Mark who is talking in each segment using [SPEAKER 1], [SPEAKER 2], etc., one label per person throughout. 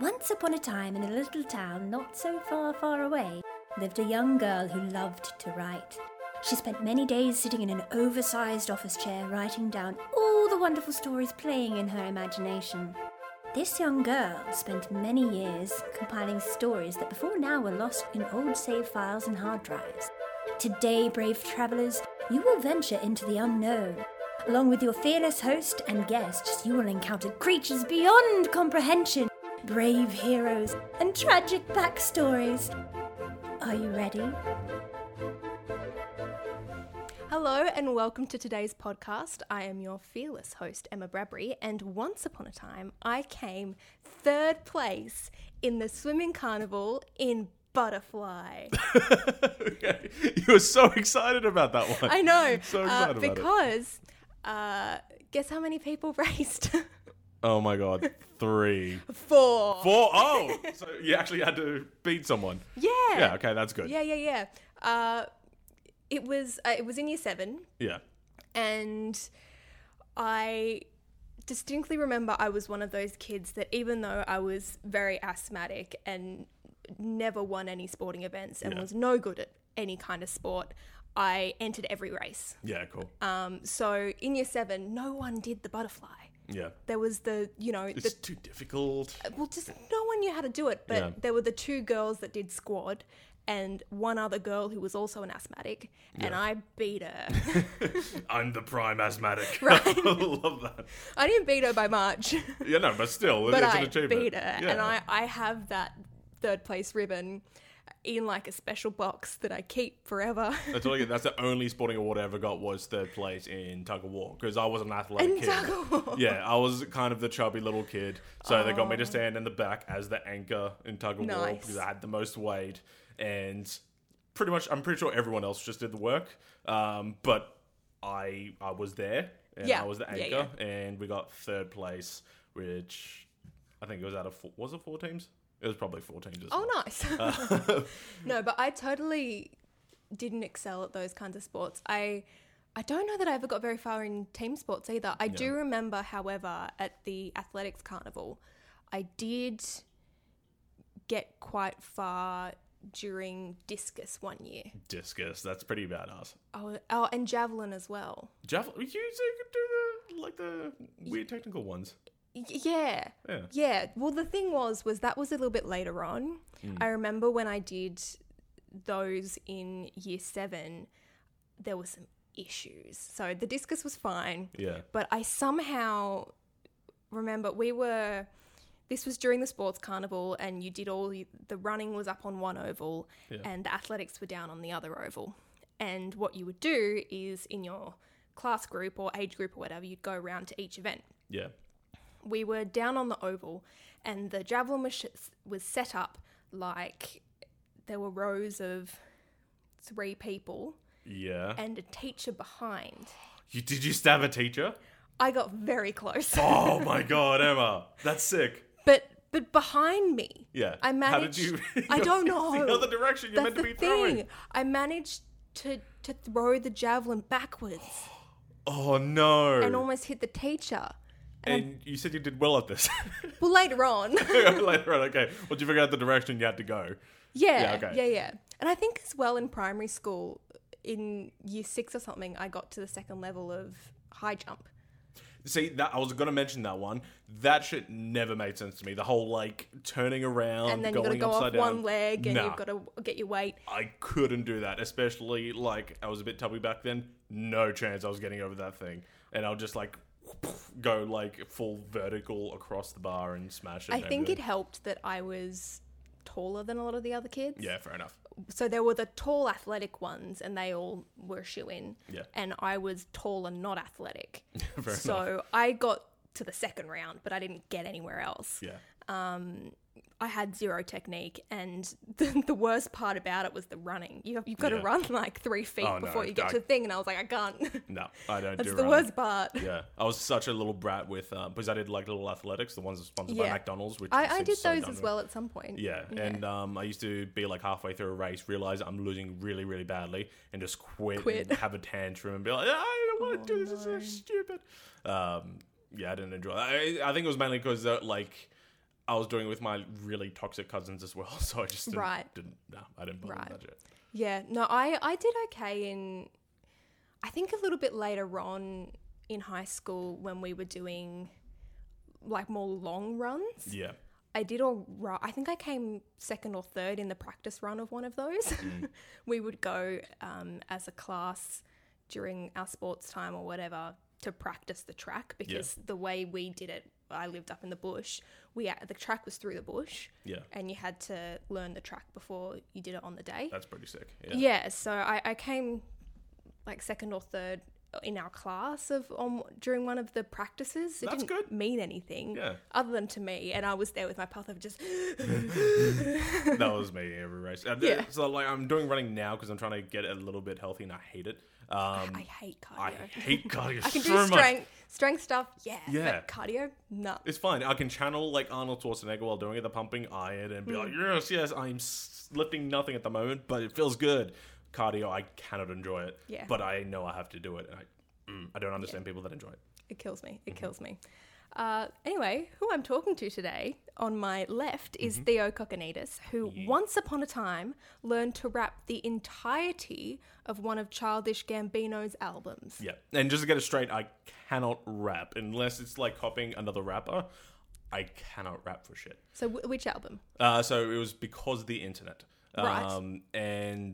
[SPEAKER 1] Once upon a time, in a little town not so far, far away, lived a young girl who loved to write. She spent many days sitting in an oversized office chair, writing down all the wonderful stories playing in her imagination. This young girl spent many years compiling stories that before now were lost in old save files and hard drives. Today, brave travelers, you will venture into the unknown. Along with your fearless host and guests, you will encounter creatures beyond comprehension, brave heroes, and tragic backstories. Are you ready?
[SPEAKER 2] Hello and welcome to today's podcast. I am your fearless host, Emma Bradbury, and once upon a time, I came third place in the swimming carnival in Butterfly.
[SPEAKER 3] Okay. You were so excited about that one.
[SPEAKER 2] I know,
[SPEAKER 3] So
[SPEAKER 2] uh,
[SPEAKER 3] excited about it.
[SPEAKER 2] because uh, guess how many people raced?
[SPEAKER 3] Oh my god. Three.
[SPEAKER 2] Four.
[SPEAKER 3] Four. Oh. So you actually had to beat someone.
[SPEAKER 2] Yeah.
[SPEAKER 3] Yeah, okay, that's good.
[SPEAKER 2] Yeah, yeah, yeah. Uh, it was uh, it was in year seven,
[SPEAKER 3] Yeah.
[SPEAKER 2] and I distinctly remember I was one of those kids that even though I was very asthmatic and never won any sporting events and
[SPEAKER 3] Yeah.
[SPEAKER 2] was no good at any kind of sport, I entered every race.
[SPEAKER 3] Yeah, cool.
[SPEAKER 2] Um, so in year seven, no one did the butterfly.
[SPEAKER 3] yeah.
[SPEAKER 2] There was the, you know,
[SPEAKER 3] It's
[SPEAKER 2] the, Uh,
[SPEAKER 3] too difficult.
[SPEAKER 2] well, just no one knew how to do it, but
[SPEAKER 3] Yeah.
[SPEAKER 2] there were the two girls that did squad and one other girl who was also an asthmatic, and I beat her.
[SPEAKER 3] I'm the prime asthmatic.
[SPEAKER 2] Right.
[SPEAKER 3] I love that.
[SPEAKER 2] I didn't beat her by much.
[SPEAKER 3] Yeah, no, but still,
[SPEAKER 2] but
[SPEAKER 3] it's
[SPEAKER 2] I
[SPEAKER 3] an achievement.
[SPEAKER 2] beat her,
[SPEAKER 3] Yeah.
[SPEAKER 2] and I, I have that third place ribbon in like a special box that I keep forever.
[SPEAKER 3] That's all I get. That's the only sporting award I ever got was third place in tug of war because I was an athletic
[SPEAKER 2] In
[SPEAKER 3] kid.
[SPEAKER 2] tug of war.
[SPEAKER 3] Yeah, I was kind of the chubby little kid, so they got me to stand in the back as the anchor in tug of war
[SPEAKER 2] Oh. Nice.
[SPEAKER 3] because I had the most weight, and pretty much I'm pretty sure everyone else just did the work, um, but I I was there and
[SPEAKER 2] Yeah.
[SPEAKER 3] I was the
[SPEAKER 2] Yeah,
[SPEAKER 3] anchor, and we got third place, which I think it was out of four, was it four teams? It was probably four teams. as
[SPEAKER 2] oh, nice. Uh, no, but I totally didn't excel at those kinds of sports. I I don't know that I ever got very far in team sports either. I do remember, however, at the athletics carnival, I did get quite far during discus one year.
[SPEAKER 3] Discus, that's pretty badass.
[SPEAKER 2] Oh, oh and javelin as well.
[SPEAKER 3] Javelin. You say you could do the like the weird technical ones.
[SPEAKER 2] Y- Yeah.
[SPEAKER 3] Yeah.
[SPEAKER 2] Yeah. Well, the thing was, was that was a little bit later on. I remember when I did those in year seven, there were some issues. So the discus was fine,
[SPEAKER 3] Yeah.
[SPEAKER 2] but I somehow remember we were. This was during the sports carnival, and you did all the running was up on one oval, and the athletics were down on the other oval. And what you would do is in your class group or age group or whatever, you'd go around to each event
[SPEAKER 3] Yeah.
[SPEAKER 2] we were down on the oval and the javelin was, sh- was set up like there were rows of three people
[SPEAKER 3] Yeah.
[SPEAKER 2] and a teacher behind.
[SPEAKER 3] You, did you stab a teacher?
[SPEAKER 2] I got very close.
[SPEAKER 3] Oh my god, Emma. That's sick.
[SPEAKER 2] But but behind me.
[SPEAKER 3] Yeah.
[SPEAKER 2] I
[SPEAKER 3] How
[SPEAKER 2] managed
[SPEAKER 3] did you
[SPEAKER 2] I don't know.
[SPEAKER 3] The other direction you're
[SPEAKER 2] That's
[SPEAKER 3] meant to be
[SPEAKER 2] the thing.
[SPEAKER 3] throwing.
[SPEAKER 2] I managed to to throw the javelin backwards
[SPEAKER 3] Oh no.
[SPEAKER 2] and
[SPEAKER 3] And,
[SPEAKER 2] almost hit the teacher.
[SPEAKER 3] you said you did well at this.
[SPEAKER 2] Well later on.
[SPEAKER 3] Later on, okay. Well, you figure out the direction you had to go.
[SPEAKER 2] Yeah,
[SPEAKER 3] Yeah, okay.
[SPEAKER 2] yeah, yeah. And I think as well in primary school, in year six or something, I got to the second level of high jump.
[SPEAKER 3] See, that I was gonna mention that one. That shit never made sense to me. The whole like turning around,
[SPEAKER 2] And then you've
[SPEAKER 3] going
[SPEAKER 2] got to go off
[SPEAKER 3] upside down.
[SPEAKER 2] one leg and
[SPEAKER 3] Nah.
[SPEAKER 2] you've got to get your weight.
[SPEAKER 3] I couldn't do that, especially like I was a bit tubby back then. No chance I was getting over that thing. And I'll just like go like full vertical across the bar and smash it.
[SPEAKER 2] I
[SPEAKER 3] and
[SPEAKER 2] think it
[SPEAKER 3] everything.
[SPEAKER 2] helped that I was taller than a lot of the other kids.
[SPEAKER 3] Yeah, fair enough.
[SPEAKER 2] So there were the tall athletic ones and they all were shoe in.
[SPEAKER 3] Yeah.
[SPEAKER 2] And I was tall and not athletic.
[SPEAKER 3] Fair
[SPEAKER 2] so I got to the second round, but I didn't get anywhere else.
[SPEAKER 3] Yeah.
[SPEAKER 2] I had zero technique, and the, the worst part about it was the running. You have, you've got to
[SPEAKER 3] Yeah.
[SPEAKER 2] run like three feet
[SPEAKER 3] Oh, no,
[SPEAKER 2] before you get
[SPEAKER 3] I-
[SPEAKER 2] to the thing, and I was like, I can't.
[SPEAKER 3] No, I don't
[SPEAKER 2] That's
[SPEAKER 3] do
[SPEAKER 2] the
[SPEAKER 3] running.
[SPEAKER 2] worst part.
[SPEAKER 3] Yeah. I was such a little brat with um because I did like little athletics, the ones that's sponsored by
[SPEAKER 2] Yeah.
[SPEAKER 3] McDonald's, which
[SPEAKER 2] I, I
[SPEAKER 3] seems
[SPEAKER 2] did
[SPEAKER 3] so
[SPEAKER 2] those
[SPEAKER 3] dumb
[SPEAKER 2] as
[SPEAKER 3] to me.
[SPEAKER 2] well at some point.
[SPEAKER 3] Yeah, and um, I used to be like halfway through a race, realize I'm losing really, really badly, and just quit,
[SPEAKER 2] Quit. Oh,
[SPEAKER 3] and have a tantrum and be like, I don't want to do this. It's so stupid. Um, yeah, I didn't enjoy. It. I, I think it was mainly because uh, like I was doing it with my really toxic cousins as well, so I just didn't,
[SPEAKER 2] Right.
[SPEAKER 3] didn't no, I didn't bother
[SPEAKER 2] Right.
[SPEAKER 3] with that shit.
[SPEAKER 2] Yeah, no, I, I did okay in, I think a little bit later on in high school when we were doing like more long runs.
[SPEAKER 3] Yeah,
[SPEAKER 2] I did all right. I think I came second or third in the practice run of one of those. we would go um, as a class during our sports time or whatever to practice the track because the way we did it, I lived up in the bush. We a- the track was through the bush,
[SPEAKER 3] yeah,
[SPEAKER 2] and you had to learn the track before you did it on the day.
[SPEAKER 3] that's pretty sick. Yeah,
[SPEAKER 2] Yeah, so I, I came like second or third in our class of on during one of the practices. It
[SPEAKER 3] That's
[SPEAKER 2] didn't
[SPEAKER 3] good.
[SPEAKER 2] mean anything
[SPEAKER 3] Yeah.
[SPEAKER 2] other than to me, and I was there with my path of just
[SPEAKER 3] that was me every race. And, uh,
[SPEAKER 2] Yeah.
[SPEAKER 3] So like, I'm doing running now because I'm trying to get a little bit healthy, and I hate it.
[SPEAKER 2] I
[SPEAKER 3] Um,
[SPEAKER 2] hate cardio.
[SPEAKER 3] I hate cardio
[SPEAKER 2] I can
[SPEAKER 3] so
[SPEAKER 2] do
[SPEAKER 3] much.
[SPEAKER 2] strength strength stuff, yeah,
[SPEAKER 3] Yeah.
[SPEAKER 2] but cardio, no.
[SPEAKER 3] It's fine. I can channel like Arnold Schwarzenegger while doing it, the pumping iron, and be like, yes, yes, I'm s- lifting nothing at the moment, but it feels good. Cardio, I cannot enjoy it.
[SPEAKER 2] Yeah.
[SPEAKER 3] But I know I have to do it, and I, mm, I don't understand people that enjoy it.
[SPEAKER 2] It kills me. It kills me. Uh, anyway, who I'm talking to today on my left is
[SPEAKER 3] Mm-hmm.
[SPEAKER 2] Theo Kokkinidis, who once upon a time learned to rap the entirety of one of Childish Gambino's albums.
[SPEAKER 3] Yeah. And just to get it straight, I cannot rap unless it's like copying another rapper. I cannot rap for shit.
[SPEAKER 2] So, w- which album?
[SPEAKER 3] Uh, so it was because of the internet.
[SPEAKER 2] Right.
[SPEAKER 3] Um, and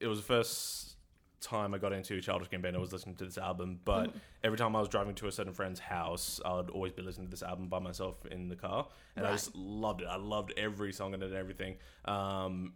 [SPEAKER 3] it was the first time I got into Childish Gambino was listening to this album. But
[SPEAKER 2] Mm.
[SPEAKER 3] every time I was driving to a certain friend's house, I'd always be listening to this album by myself in the car, and I
[SPEAKER 2] Right.
[SPEAKER 3] just loved it. I loved every song in it and everything. Um,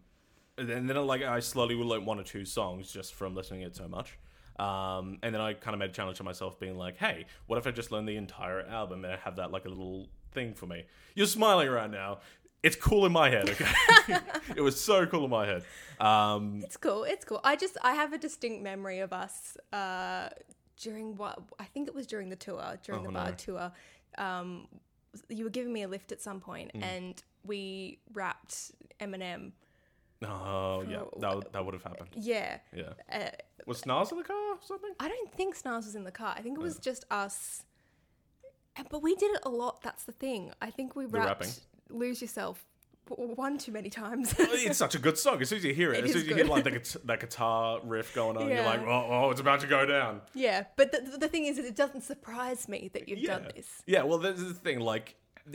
[SPEAKER 3] and then, then like I slowly would learn one or two songs just from listening to it so much. Um, and then I kind of made a challenge to myself, being like, "Hey, what if I just learn the entire album and I have that like a little thing for me?" You're smiling right now. It's cool in my head. Okay, it was so cool in my head. Um,
[SPEAKER 2] It's cool. It's cool. I just I have a distinct memory of us uh, during what I think it was during the tour, during
[SPEAKER 3] Oh,
[SPEAKER 2] the bar tour. Um, you were giving me a lift at some point,
[SPEAKER 3] Mm.
[SPEAKER 2] and we rapped Eminem.
[SPEAKER 3] oh yeah, that would- that would have happened.
[SPEAKER 2] Yeah.
[SPEAKER 3] Yeah.
[SPEAKER 2] Uh,
[SPEAKER 3] Was Snars in the car or something?
[SPEAKER 2] I don't think Snars was in the car. I think it was just us. But we did it a lot. That's the thing. I think we
[SPEAKER 3] rapping.
[SPEAKER 2] rapped "Lose Yourself" w- one too many times.
[SPEAKER 3] It's such a good song. As soon as you hear it,
[SPEAKER 2] It
[SPEAKER 3] as soon
[SPEAKER 2] is
[SPEAKER 3] as you hear
[SPEAKER 2] good.
[SPEAKER 3] like the, guit- that guitar riff going on, you're
[SPEAKER 2] Yeah.
[SPEAKER 3] like, oh, oh, it's about to go down.
[SPEAKER 2] yeah, but the, the thing is, that it doesn't surprise me that you've
[SPEAKER 3] yeah.
[SPEAKER 2] done this.
[SPEAKER 3] Yeah, well, this is the thing. Like,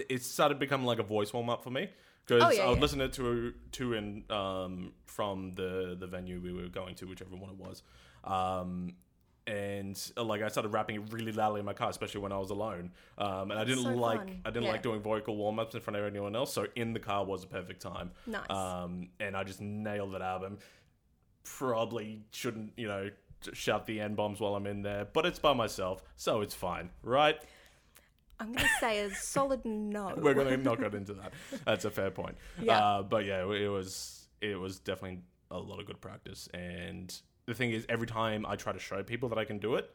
[SPEAKER 3] it started becoming like a voice warm up for me because
[SPEAKER 2] Oh, yeah,
[SPEAKER 3] I would
[SPEAKER 2] yeah.
[SPEAKER 3] listen to it to to and um, from the the venue we were going to, whichever one it was. Um, and uh, like I started rapping it really loudly in my car, especially when I was alone. Um, and I didn't
[SPEAKER 2] so
[SPEAKER 3] like
[SPEAKER 2] fun.
[SPEAKER 3] I didn't
[SPEAKER 2] Yeah.
[SPEAKER 3] like doing vocal warm ups in front of anyone else. So in the car was the perfect time.
[SPEAKER 2] Nice.
[SPEAKER 3] Um, and I just nailed that album. Probably shouldn't you know j- shout the n bombs while I'm in there, but it's by myself, so it's fine, right?
[SPEAKER 2] I'm gonna say a solid no.
[SPEAKER 3] we're gonna not get into that. That's a fair point.
[SPEAKER 2] Yeah.
[SPEAKER 3] Uh, but yeah, it was it was definitely a lot of good practice. And the thing is, every time I try to show people that I can do it,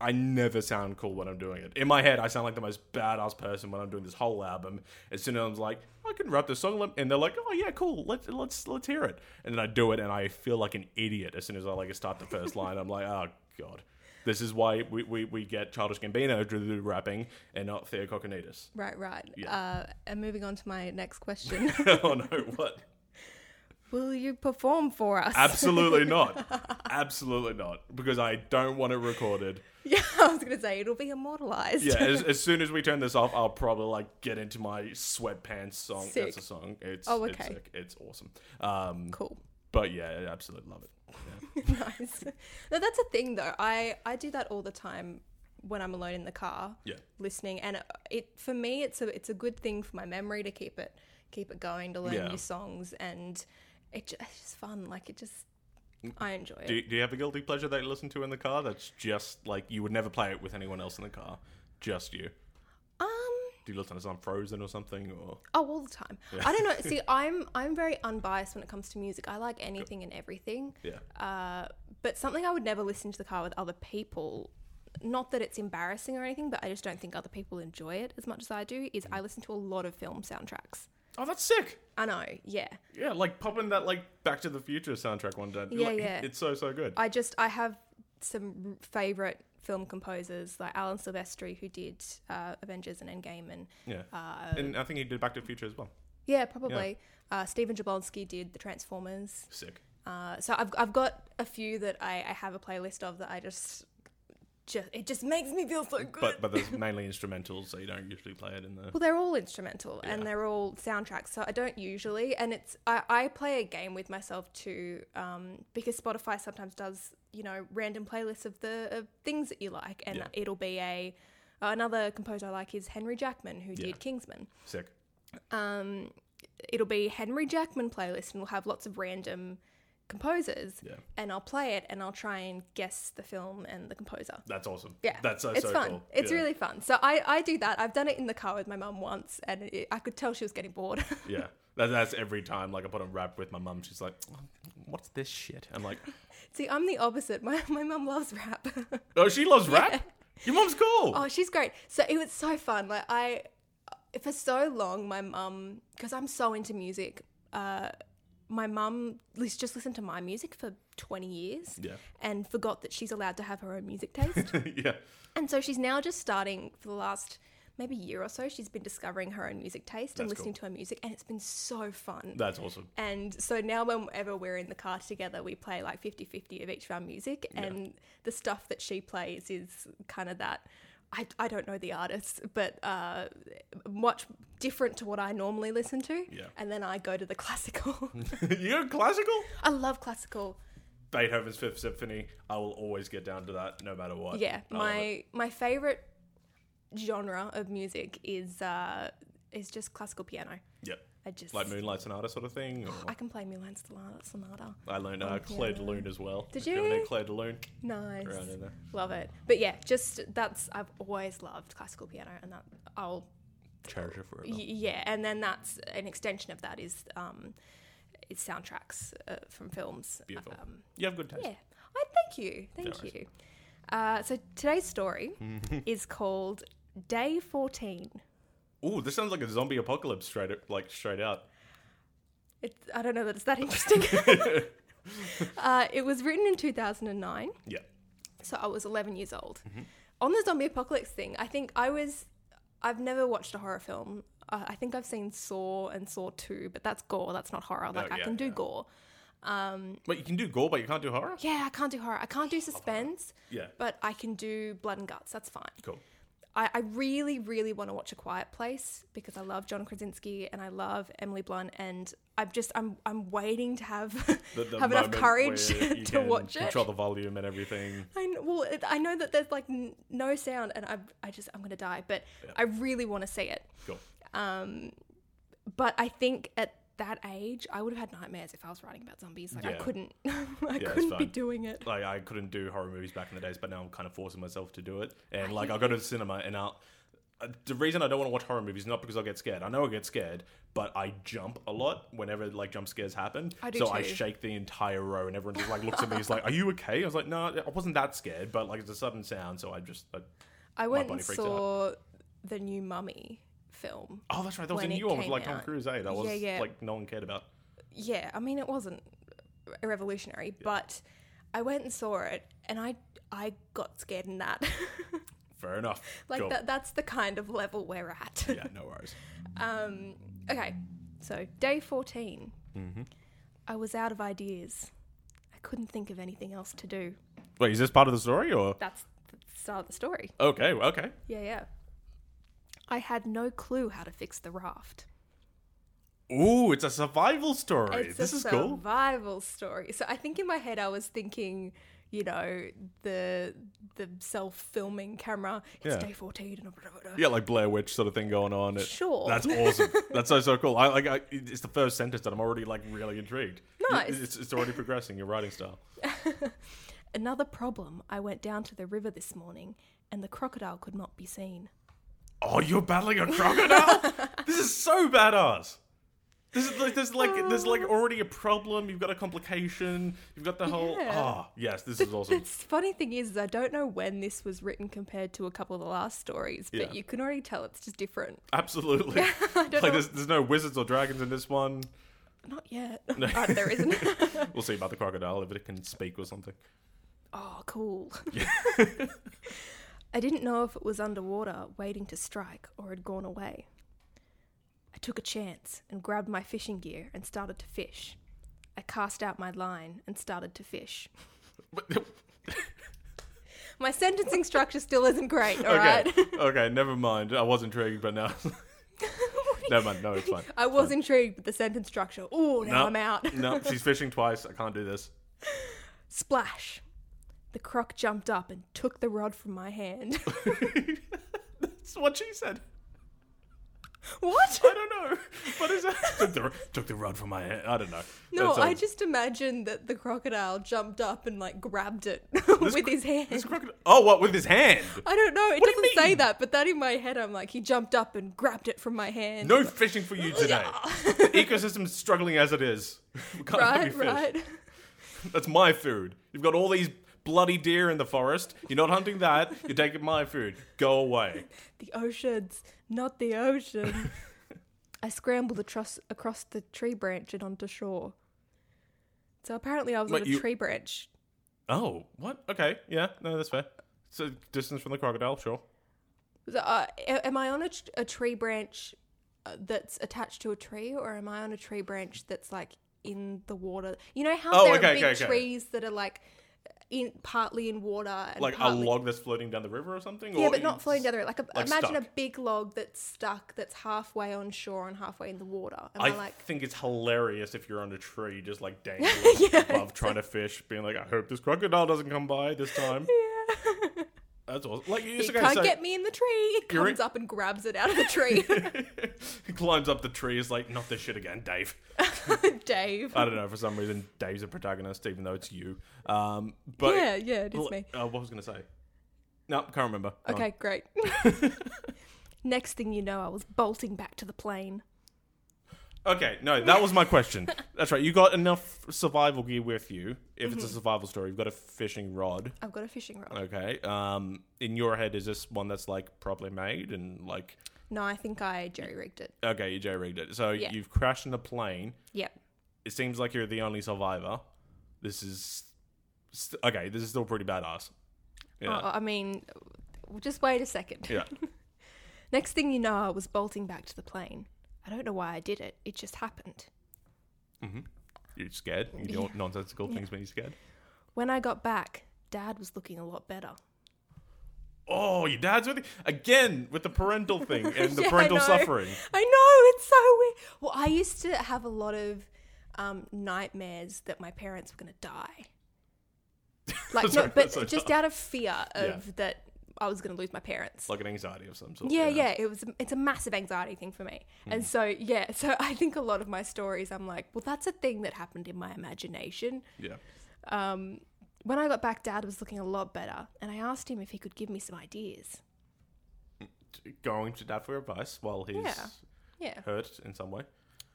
[SPEAKER 3] I never sound cool when I'm doing it. In my head, I sound like the most badass person when I'm doing this whole album. As soon as I'm like, I can rap this song, and they're like, "Oh yeah, cool. Let's let's let's hear it." And then I do it, and I feel like an idiot as soon as I like start the first line. I'm like, "Oh god." This is why we, we, we get Childish Gambino to do rapping and not Theo Cocconitis.
[SPEAKER 2] Right, right.
[SPEAKER 3] Yeah.
[SPEAKER 2] Uh, and moving on to my next question:
[SPEAKER 3] oh no, what?
[SPEAKER 2] Will you perform for us?
[SPEAKER 3] Absolutely not. Absolutely not. Because I don't want it recorded.
[SPEAKER 2] yeah, I was gonna say it'll be immortalized.
[SPEAKER 3] Yeah, as, as soon as we turn this off, I'll probably like get into my sweatpants song.
[SPEAKER 2] Sick.
[SPEAKER 3] That's a song. It's
[SPEAKER 2] Oh,
[SPEAKER 3] it's
[SPEAKER 2] okay.
[SPEAKER 3] sick. It's awesome. Um
[SPEAKER 2] cool.
[SPEAKER 3] but yeah, I absolutely love it. Yeah.
[SPEAKER 2] nice. No, that's a thing though. I I do that all the time when I'm alone in the car,
[SPEAKER 3] Yeah.
[SPEAKER 2] listening, and it, it for me it's a it's a good thing for my memory to keep it keep it going to learn
[SPEAKER 3] Yeah.
[SPEAKER 2] new songs, and it ju- it's just fun. Like it just I enjoy it.
[SPEAKER 3] Mm. Do, you- do you have a guilty pleasure that you listen to in the car that's just like you would never play it with anyone else in the car? Just you.
[SPEAKER 2] um.
[SPEAKER 3] Do you listen to some Frozen or something or
[SPEAKER 2] Oh, all the time. I don't know. See, I'm I'm very unbiased when it comes to music. I like anything and everything.
[SPEAKER 3] yeah.
[SPEAKER 2] Uh, but something I would never listen to the car with other people. Not that it's embarrassing or anything, but I just don't think other people enjoy it as much as I do. Is I listen to a lot of film soundtracks.
[SPEAKER 3] Oh, that's sick.
[SPEAKER 2] I know, yeah.
[SPEAKER 3] Yeah, like popping that like Back to the Future soundtrack one day.
[SPEAKER 2] Yeah,
[SPEAKER 3] Like,
[SPEAKER 2] yeah.
[SPEAKER 3] It's so so good.
[SPEAKER 2] I just I have some favorite film composers like Alan Silvestri, who did uh, Avengers and Endgame, and
[SPEAKER 3] Yeah.
[SPEAKER 2] uh,
[SPEAKER 3] and I think he did Back to the Future as well.
[SPEAKER 2] yeah, probably Uh, Stephen Jablonski did the Transformers.
[SPEAKER 3] Sick.
[SPEAKER 2] Uh, so I've I've got a few that I, I have a playlist of that I just just it just makes me feel so good.
[SPEAKER 3] But but there's mainly instrumentals, so you don't usually play it in the.
[SPEAKER 2] Well, they're all instrumental
[SPEAKER 3] Yeah.
[SPEAKER 2] and they're all soundtracks, so I don't usually. And it's I, I play a game with myself too, um, because Spotify sometimes does you know random playlists of the of things that you like, and
[SPEAKER 3] Yeah.
[SPEAKER 2] it'll be a another composer I like is Henry Jackman who
[SPEAKER 3] Yeah.
[SPEAKER 2] did Kingsman.
[SPEAKER 3] Sick.
[SPEAKER 2] Um, it'll be Henry Jackman playlist, and we'll have lots of random composers,
[SPEAKER 3] Yeah.
[SPEAKER 2] and I'll play it, and I'll try and guess the film and the composer.
[SPEAKER 3] That's awesome.
[SPEAKER 2] Yeah,
[SPEAKER 3] That's so,
[SPEAKER 2] it's
[SPEAKER 3] so
[SPEAKER 2] fun.
[SPEAKER 3] cool.
[SPEAKER 2] It's
[SPEAKER 3] Yeah.
[SPEAKER 2] really fun. So I, I do that. I've done it in the car with my mum once, and it, I could tell she was getting bored.
[SPEAKER 3] Yeah. That, that's every time. Like I put on rap with my mum. She's like, "What's this shit?" I'm like,
[SPEAKER 2] See, I'm the opposite. My my mum loves rap.
[SPEAKER 3] "Oh, she loves rap. Your mom's cool."
[SPEAKER 2] oh, she's great. So it was so fun. Like I, for so long, my mum because I'm so into music. Uh, my mum lis- just listened to my music for 20 years
[SPEAKER 3] Yeah.
[SPEAKER 2] and forgot that she's allowed to have her own music taste.
[SPEAKER 3] yeah.
[SPEAKER 2] And so she's now just starting for the last maybe year or so, she's been discovering her own music taste and
[SPEAKER 3] That's
[SPEAKER 2] listening to her music, and it's been so fun.
[SPEAKER 3] That's awesome.
[SPEAKER 2] and so now whenever we're in the car together, we play like 50-50 of each of our music, and the stuff that she plays is kind of that. I, I don't know the artists, but uh, much different to what I normally listen to.
[SPEAKER 3] Yeah.
[SPEAKER 2] And then I go to the classical.
[SPEAKER 3] You're classical.
[SPEAKER 2] I love classical.
[SPEAKER 3] Beethoven's Fifth Symphony. I will always get down to that, no matter what.
[SPEAKER 2] Yeah,
[SPEAKER 3] I love it.
[SPEAKER 2] my my favorite genre of music is uh, is just classical piano.
[SPEAKER 3] Yep.
[SPEAKER 2] I just
[SPEAKER 3] Like Moonlight Sonata sort of thing. Or
[SPEAKER 2] I can play Milan Sonata. Sonata.
[SPEAKER 3] I learned uh, Claire de Lune as well.
[SPEAKER 2] Did
[SPEAKER 3] If ever
[SPEAKER 2] you?
[SPEAKER 3] know Claire de Lune?
[SPEAKER 2] Nice,
[SPEAKER 3] Around in there.
[SPEAKER 2] love it. But yeah, just that's I've always loved classical piano, and that I'll
[SPEAKER 3] Cherish it forever.
[SPEAKER 2] y- yeah, and then that's an extension of that is um, is soundtracks uh, from films.
[SPEAKER 3] Beautiful.
[SPEAKER 2] Um,
[SPEAKER 3] You have good taste.
[SPEAKER 2] yeah, I thank you, thank
[SPEAKER 3] No worries.
[SPEAKER 2] you. Uh, so today's story is called Day Fourteen.
[SPEAKER 3] Ooh, this sounds like a zombie apocalypse straight like straight out.
[SPEAKER 2] It's, I don't know that it's that interesting. uh, it was written in 2009,
[SPEAKER 3] Yeah.
[SPEAKER 2] so I was 11 years old.
[SPEAKER 3] Mm-hmm.
[SPEAKER 2] On the zombie apocalypse thing, I think I was. I've never watched a horror film. Uh, I think I've seen Saw and Saw 2, but that's gore. That's not horror. Like, I
[SPEAKER 3] Oh, yeah,
[SPEAKER 2] can do
[SPEAKER 3] yeah.
[SPEAKER 2] gore. Um,
[SPEAKER 3] But you can do gore, but you can't do horror.
[SPEAKER 2] yeah, I can't do horror. I can't do suspense,
[SPEAKER 3] Yeah.
[SPEAKER 2] but I can do blood and guts. That's fine.
[SPEAKER 3] Cool.
[SPEAKER 2] I, I really, really want to watch A Quiet Place because I love John Krasinski and I love Emily Blunt, and I'm just I'm I'm waiting to have
[SPEAKER 3] The- the
[SPEAKER 2] have enough
[SPEAKER 3] moment
[SPEAKER 2] courage
[SPEAKER 3] where you
[SPEAKER 2] to
[SPEAKER 3] can
[SPEAKER 2] watch it.
[SPEAKER 3] Control the volume and everything.
[SPEAKER 2] I kn- well, it- I know that there's like n- no sound, and I I just I'm gonna die, but I really want to see it.
[SPEAKER 3] Cool.
[SPEAKER 2] Um, but I think at that age, I would have had nightmares if I was writing about zombies. Like I
[SPEAKER 3] Yeah.
[SPEAKER 2] couldn't, I
[SPEAKER 3] it's
[SPEAKER 2] couldn't be
[SPEAKER 3] fine.
[SPEAKER 2] doing it.
[SPEAKER 3] Like I couldn't do horror movies back in the days, but now I'm kind of forcing myself to do it. And like I'll go to the cinema and I'll. uh, The reason I don't want to watch horror movies is not because I get scared. I know I get scared, but I jump a lot whenever like jump scares happen.
[SPEAKER 2] I do
[SPEAKER 3] so I
[SPEAKER 2] too.
[SPEAKER 3] shake the entire row, and everyone just like looks at me. He's like, "Are you okay?" I was like, "No, I wasn't that scared, but like it's a sudden sound, so I just." I,
[SPEAKER 2] I went
[SPEAKER 3] body
[SPEAKER 2] and
[SPEAKER 3] freaks out.
[SPEAKER 2] saw the new Mummy film.
[SPEAKER 3] oh, that's right. That was
[SPEAKER 2] When
[SPEAKER 3] a
[SPEAKER 2] it
[SPEAKER 3] new one with
[SPEAKER 2] came
[SPEAKER 3] like Tom
[SPEAKER 2] out.
[SPEAKER 3] Cruise. Eh? That was
[SPEAKER 2] Yeah, yeah.
[SPEAKER 3] like no one cared about.
[SPEAKER 2] yeah, I mean, it wasn't r- revolutionary, but I went and saw it, and I I got scared in that.
[SPEAKER 3] Fair enough.
[SPEAKER 2] like
[SPEAKER 3] Cool.
[SPEAKER 2] that that's the kind of level we're at.
[SPEAKER 3] Yeah, no worries.
[SPEAKER 2] um, okay, so day 14
[SPEAKER 3] Mm-hmm.
[SPEAKER 2] I was out of ideas. I couldn't think of anything else to do.
[SPEAKER 3] Wait, is this part of the story or?
[SPEAKER 2] That's the start of the story.
[SPEAKER 3] Okay, okay.
[SPEAKER 2] Yeah, yeah. I had no clue how to fix the raft.
[SPEAKER 3] Ooh, it's a survival story.
[SPEAKER 2] It's
[SPEAKER 3] this
[SPEAKER 2] a
[SPEAKER 3] is cool.
[SPEAKER 2] survival story. So I think in my head I was thinking, you know, the the self filming camera. It's
[SPEAKER 3] Yeah.
[SPEAKER 2] day fourteen. And blah, blah, blah.
[SPEAKER 3] Yeah, like Blair Witch sort of thing going on. It-
[SPEAKER 2] Sure.
[SPEAKER 3] that's awesome. that's so so cool. I like. I, it's the first sentence that I'm already like really intrigued.
[SPEAKER 2] Nice.
[SPEAKER 3] It's, it's already progressing your writing style.
[SPEAKER 2] Another problem. I went down to the river this morning, and the crocodile could not be seen.
[SPEAKER 3] Oh, you're battling a crocodile. this is so badass. This is like there's like there's
[SPEAKER 2] Uh.
[SPEAKER 3] like already a problem. You've got a complication. You've got the whole.
[SPEAKER 2] Yeah.
[SPEAKER 3] Ah, yes, this is
[SPEAKER 2] The
[SPEAKER 3] awesome.
[SPEAKER 2] funny thing is, is I don't know when this was written compared to a couple of the last stories, but
[SPEAKER 3] Yeah.
[SPEAKER 2] you can already tell it's just different.
[SPEAKER 3] Absolutely.
[SPEAKER 2] I don't know.
[SPEAKER 3] Like there's there's no wizards or dragons in this one.
[SPEAKER 2] Not yet. Uh, there isn't.
[SPEAKER 3] We'll see about the crocodile if it can speak or something.
[SPEAKER 2] oh, cool. I didn't know if it was underwater waiting to strike or had gone away. I took a chance and grabbed my fishing gear and started to fish. I cast out my line and started to fish. My sentencing structure still isn't great, all
[SPEAKER 3] okay.
[SPEAKER 2] right?
[SPEAKER 3] okay, never mind. I was intrigued, but now. never mind. No, it's fine.
[SPEAKER 2] I was intrigued with the sentence structure. Oh, now
[SPEAKER 3] No.
[SPEAKER 2] I'm out.
[SPEAKER 3] no, she's fishing twice. I can't do this.
[SPEAKER 2] Splash. The croc jumped up and took the rod from my hand.
[SPEAKER 3] That's what she said.
[SPEAKER 2] what?
[SPEAKER 3] I don't know. What is that? took, the, took the rod from my hand. I don't know.
[SPEAKER 2] No,
[SPEAKER 3] That
[SPEAKER 2] I
[SPEAKER 3] sounds-
[SPEAKER 2] just imagined that the crocodile jumped up and like grabbed it with
[SPEAKER 3] cro-
[SPEAKER 2] his hand.
[SPEAKER 3] This crocodile. Oh, what with his hand?
[SPEAKER 2] I don't know. It
[SPEAKER 3] What do you
[SPEAKER 2] doesn't say
[SPEAKER 3] mean?
[SPEAKER 2] that, but that in my head, I'm like, he jumped up and grabbed it from my hand.
[SPEAKER 3] No fishing for you today. the ecosystem's struggling as it is. We can't let me
[SPEAKER 2] right,
[SPEAKER 3] fish.
[SPEAKER 2] right.
[SPEAKER 3] That's my food. You've got all these bloody deer in the forest. You're not hunting that. You're taking my food. Go away.
[SPEAKER 2] The oceans, not the ocean. I scrambled across, across the tree branch and onto shore. So apparently, I was
[SPEAKER 3] But
[SPEAKER 2] on a
[SPEAKER 3] you-
[SPEAKER 2] tree branch.
[SPEAKER 3] Oh, what? Okay, yeah, no, that's fair. So distance from the crocodile, sure.
[SPEAKER 2] So, uh, a- am I on a, tr- a tree branch uh, that's attached to a tree, or am I on a tree branch that's like in the water? You know how
[SPEAKER 3] Oh,
[SPEAKER 2] there
[SPEAKER 3] okay,
[SPEAKER 2] are big
[SPEAKER 3] okay, okay.
[SPEAKER 2] trees that are like in partly in water, and
[SPEAKER 3] Like a
[SPEAKER 2] partly-
[SPEAKER 3] log that's floating down the river or something.
[SPEAKER 2] Yeah,
[SPEAKER 3] or
[SPEAKER 2] but not floating
[SPEAKER 3] it's-
[SPEAKER 2] down the Like, a,
[SPEAKER 3] like
[SPEAKER 2] imagine a
[SPEAKER 3] stuck.
[SPEAKER 2] big log that's stuck, that's halfway on shore and halfway in the water. Am I,
[SPEAKER 3] I
[SPEAKER 2] like,
[SPEAKER 3] think it's hilarious if you're on a tree, just like dangling above, trying to fish, being like, "I hope this crocodile doesn't come by this time." Yeah, that's awesome. Like you
[SPEAKER 2] it
[SPEAKER 3] just
[SPEAKER 2] can't
[SPEAKER 3] so
[SPEAKER 2] get me in the tree? It
[SPEAKER 3] You're in-
[SPEAKER 2] comes up and grabs it out of the tree.
[SPEAKER 3] he climbs up the tree, is like, "Not this shit again, Dave."
[SPEAKER 2] Dave.
[SPEAKER 3] I don't know. For some reason, Dave's a protagonist, even though it's you. Um, but
[SPEAKER 2] yeah, yeah, it is
[SPEAKER 3] Well,
[SPEAKER 2] me.
[SPEAKER 3] Uh, what was I gonna say? No, can't remember. Go on.
[SPEAKER 2] Okay, great. Next thing you know, I was bolting back to the plane.
[SPEAKER 3] Okay, no, that was my question. That's right. You got enough survival gear with you. If it's a
[SPEAKER 2] Mm-hmm.
[SPEAKER 3] survival story, you've got a fishing rod.
[SPEAKER 2] I've got a fishing rod.
[SPEAKER 3] Okay. Um, in your head, is this one that's like properly made and like
[SPEAKER 2] No, I think I jerry rigged it.
[SPEAKER 3] okay, you J-rigged it. So
[SPEAKER 2] Yeah.
[SPEAKER 3] you've crashed in a plane.
[SPEAKER 2] Yep.
[SPEAKER 3] It seems like you're the only survivor. This is st- okay. This is still pretty badass. Yeah.
[SPEAKER 2] Oh, I mean, well, just wait a second.
[SPEAKER 3] Yeah.
[SPEAKER 2] Next thing you know, I was bolting back to the plane. I don't know why I did it. It just happened.
[SPEAKER 3] You're scared. You do nonsensical things when you're scared.
[SPEAKER 2] When I got back, Dad was looking a lot better.
[SPEAKER 3] Oh, your dad's with you again with the parental thing and the
[SPEAKER 2] Yeah, I
[SPEAKER 3] parental
[SPEAKER 2] know.
[SPEAKER 3] suffering.
[SPEAKER 2] I know it's so weird. Well, I used to have a lot of um, nightmares that my parents were going to die. Like,
[SPEAKER 3] Sorry,
[SPEAKER 2] no, but
[SPEAKER 3] that's so
[SPEAKER 2] just
[SPEAKER 3] dark.
[SPEAKER 2] out of fear of
[SPEAKER 3] Yeah.
[SPEAKER 2] that I was going to lose my parents.
[SPEAKER 3] like an anxiety of some sort.
[SPEAKER 2] yeah, yeah, Mm. it was. It's a massive anxiety thing for me, and so yeah. So I think a lot of my stories, I'm like, well, that's a thing that happened in my imagination.
[SPEAKER 3] yeah.
[SPEAKER 2] Um, when I got back, Dad was looking a lot better, and I asked him if he could give me some ideas.
[SPEAKER 3] Yeah. Going to dad for advice while he's
[SPEAKER 2] Yeah. Yeah.
[SPEAKER 3] hurt in some way.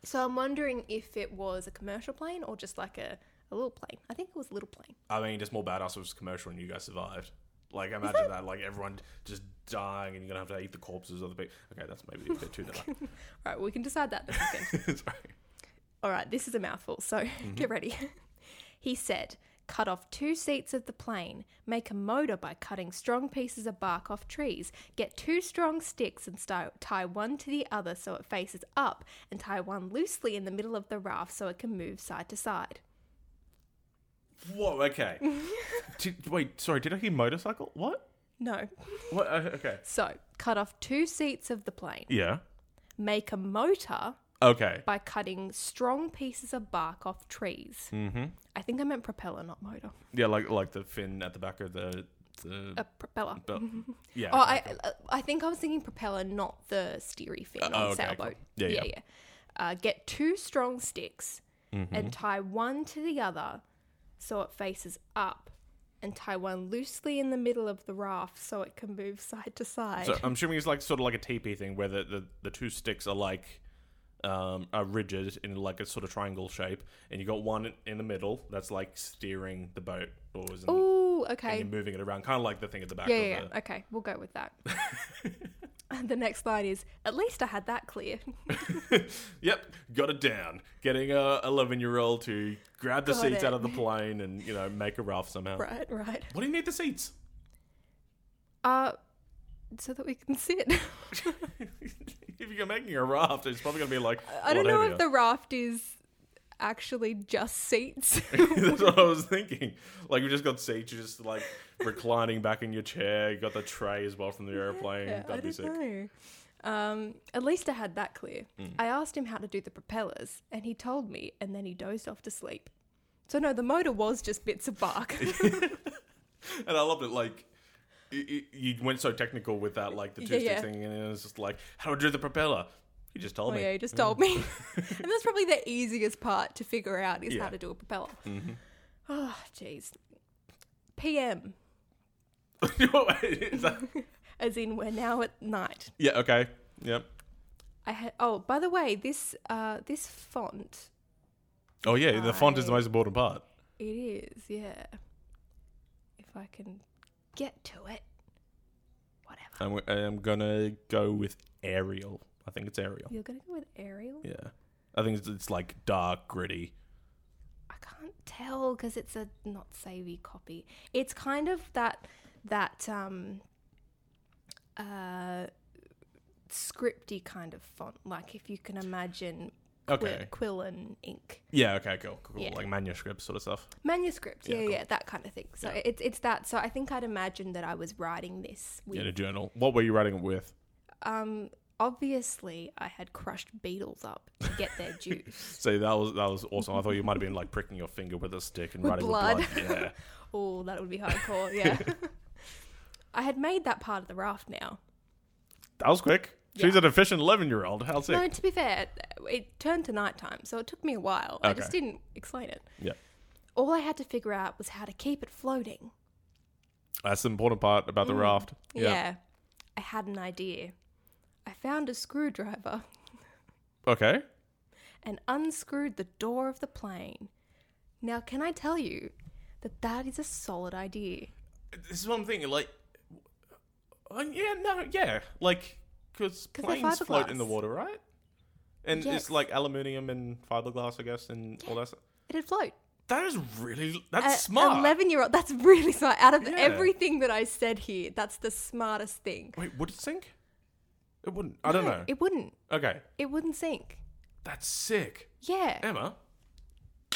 [SPEAKER 2] So I'm wondering if it was a commercial plane or just like a, a little plane. I think it was a little plane.
[SPEAKER 3] I mean, just more badass was commercial and you guys survived. Like, imagine that. Like, everyone just dying and you're going to have to eat the corpses of the people. Okay, that's maybe a bit too dark.
[SPEAKER 2] Right, we can decide that this weekend.
[SPEAKER 3] Sorry.
[SPEAKER 2] All right, this is a mouthful, so get ready. he said, Cut off two seats of the plane, make a motor by cutting strong pieces of bark off trees, get two strong sticks and sti- tie one to the other so it faces up, and tie one loosely in the middle of the raft so it can move side to side.
[SPEAKER 3] Whoa, okay. Did- wait, sorry, did I hear motorcycle? What?
[SPEAKER 2] No.
[SPEAKER 3] What? Uh, okay.
[SPEAKER 2] So, cut off two seats of the plane,
[SPEAKER 3] Yeah.
[SPEAKER 2] make a motor
[SPEAKER 3] Okay.
[SPEAKER 2] by cutting strong pieces of bark off trees.
[SPEAKER 3] Mm-hmm.
[SPEAKER 2] I think I meant propeller, not motor.
[SPEAKER 3] Yeah, like like the fin at the back of the. the
[SPEAKER 2] A propeller.
[SPEAKER 3] belt. yeah.
[SPEAKER 2] Uh, Oh,
[SPEAKER 3] okay,
[SPEAKER 2] I,
[SPEAKER 3] cool.
[SPEAKER 2] I I think I was thinking propeller, not the steery fin on
[SPEAKER 3] oh,
[SPEAKER 2] the
[SPEAKER 3] okay, cool.
[SPEAKER 2] sailboat.
[SPEAKER 3] Yeah, yeah.
[SPEAKER 2] Uh, get two strong sticks
[SPEAKER 3] Mm-hmm.
[SPEAKER 2] and tie one to the other so it faces up, and tie one loosely in the middle of the raft so it can move side to side.
[SPEAKER 3] So I'm assuming it's like sort of like a teepee thing where the, the, the two sticks are like um, are rigid in like a sort of triangle shape, and you got one in the middle that's like steering the boat or is in,
[SPEAKER 2] Ooh,
[SPEAKER 3] and
[SPEAKER 2] okay.
[SPEAKER 3] you're moving it around, kind of like the thing at the back.
[SPEAKER 2] Yeah,
[SPEAKER 3] of
[SPEAKER 2] yeah,
[SPEAKER 3] the,
[SPEAKER 2] yeah. Okay, we'll go with that. the next line is, at least I had that clear.
[SPEAKER 3] yep, got it down. Getting a 11 year old to grab the
[SPEAKER 2] Got it.
[SPEAKER 3] seats out of the plane and, you know, make a raft somehow.
[SPEAKER 2] right, right.
[SPEAKER 3] What do you need the seats?
[SPEAKER 2] Uh, so that we can sit.
[SPEAKER 3] if you're making a raft, it's probably going to be like.
[SPEAKER 2] I don't
[SPEAKER 3] "What
[SPEAKER 2] know if
[SPEAKER 3] have you?"
[SPEAKER 2] the raft is actually just seats.
[SPEAKER 3] That's what I was thinking. Like, you just got seats, you're just like reclining back in your chair. You got the tray as well from the airplane.
[SPEAKER 2] Yeah, I
[SPEAKER 3] That'd be
[SPEAKER 2] don't
[SPEAKER 3] sick.
[SPEAKER 2] know. Um, at least I had that clear.
[SPEAKER 3] Hmm.
[SPEAKER 2] I asked him how to do the propellers, and he told me, and then he dozed off to sleep. So no, the motor was just bits of bark.
[SPEAKER 3] And I loved it. Like, y- y- you went so technical with that, like the two
[SPEAKER 2] Yeah,
[SPEAKER 3] stick
[SPEAKER 2] yeah.
[SPEAKER 3] thing, and it was just like, how do I do the propeller? You just told
[SPEAKER 2] oh
[SPEAKER 3] me.
[SPEAKER 2] yeah, he just told me. and that's probably the easiest part to figure out is
[SPEAKER 3] Yeah. Mm-hmm.
[SPEAKER 2] how to do a propeller. Oh jeez. PM,
[SPEAKER 3] Is that-
[SPEAKER 2] as in we're now at night.
[SPEAKER 3] yeah, okay. Yep.
[SPEAKER 2] I had. Oh, by the way, this uh, this font.
[SPEAKER 3] Oh yeah, the font is the
[SPEAKER 2] I-
[SPEAKER 3] most important part.
[SPEAKER 2] It is, yeah. If I can get to it, whatever.
[SPEAKER 3] I'm, I'm gonna go with Ariel. I think it's Ariel.
[SPEAKER 2] You're gonna go with Arial.
[SPEAKER 3] Yeah, I think it's, it's like dark, gritty.
[SPEAKER 2] I can't tell because it's a not savvy copy. It's kind of that that um uh scripty kind of font, like if you can imagine quill,
[SPEAKER 3] Okay.
[SPEAKER 2] quill and ink.
[SPEAKER 3] Yeah. Okay. Cool. Cool. cool.
[SPEAKER 2] Yeah.
[SPEAKER 3] Like manuscript sort of stuff.
[SPEAKER 2] manuscript
[SPEAKER 3] Yeah,
[SPEAKER 2] yeah yeah,
[SPEAKER 3] cool.
[SPEAKER 2] that kind of thing so
[SPEAKER 3] Yeah.
[SPEAKER 2] it's it's that so i think i'd imagine that i was writing this with
[SPEAKER 3] In a journal. What were you writing it with?
[SPEAKER 2] um obviously i had crushed beetles up to get their juice
[SPEAKER 3] See, that was that was awesome. I thought you might have been like pricking your finger with a stick and
[SPEAKER 2] With
[SPEAKER 3] writing
[SPEAKER 2] blood.
[SPEAKER 3] with blood. Yeah.
[SPEAKER 2] oh that would be hardcore yeah i had made that part of the raft now
[SPEAKER 3] that was quick. She's an efficient eleven-year-old. How sick.
[SPEAKER 2] no to be fair it turned to nighttime so it took me a while i just
[SPEAKER 3] Okay.
[SPEAKER 2] didn't explain it
[SPEAKER 3] Yeah.
[SPEAKER 2] all i had to figure out was how to keep it floating
[SPEAKER 3] That's the important part about the raft.
[SPEAKER 2] Mm. yeah, i had an idea i found a screwdriver
[SPEAKER 3] Okay.
[SPEAKER 2] and unscrewed the door of the plane. Now, can I tell you that that is a solid idea?
[SPEAKER 3] This is what I'm thinking. Like, uh, yeah, no, yeah, like because
[SPEAKER 2] 'Cause they're
[SPEAKER 3] planes float in the
[SPEAKER 2] fiberglass.
[SPEAKER 3] water, right? And
[SPEAKER 2] Yes.
[SPEAKER 3] it's like aluminium and fiberglass, I guess, and all that. Stuff.
[SPEAKER 2] It'd float.
[SPEAKER 3] That is really that's
[SPEAKER 2] A-
[SPEAKER 3] smart.
[SPEAKER 2] Eleven-year-old. That's really smart. Out of
[SPEAKER 3] Yeah.
[SPEAKER 2] everything that I said here, that's the smartest thing.
[SPEAKER 3] Wait, would it sink? It wouldn't. I don't
[SPEAKER 2] No,
[SPEAKER 3] know.
[SPEAKER 2] It wouldn't.
[SPEAKER 3] okay,
[SPEAKER 2] It wouldn't sink.
[SPEAKER 3] that's sick,
[SPEAKER 2] Yeah.
[SPEAKER 3] Emma.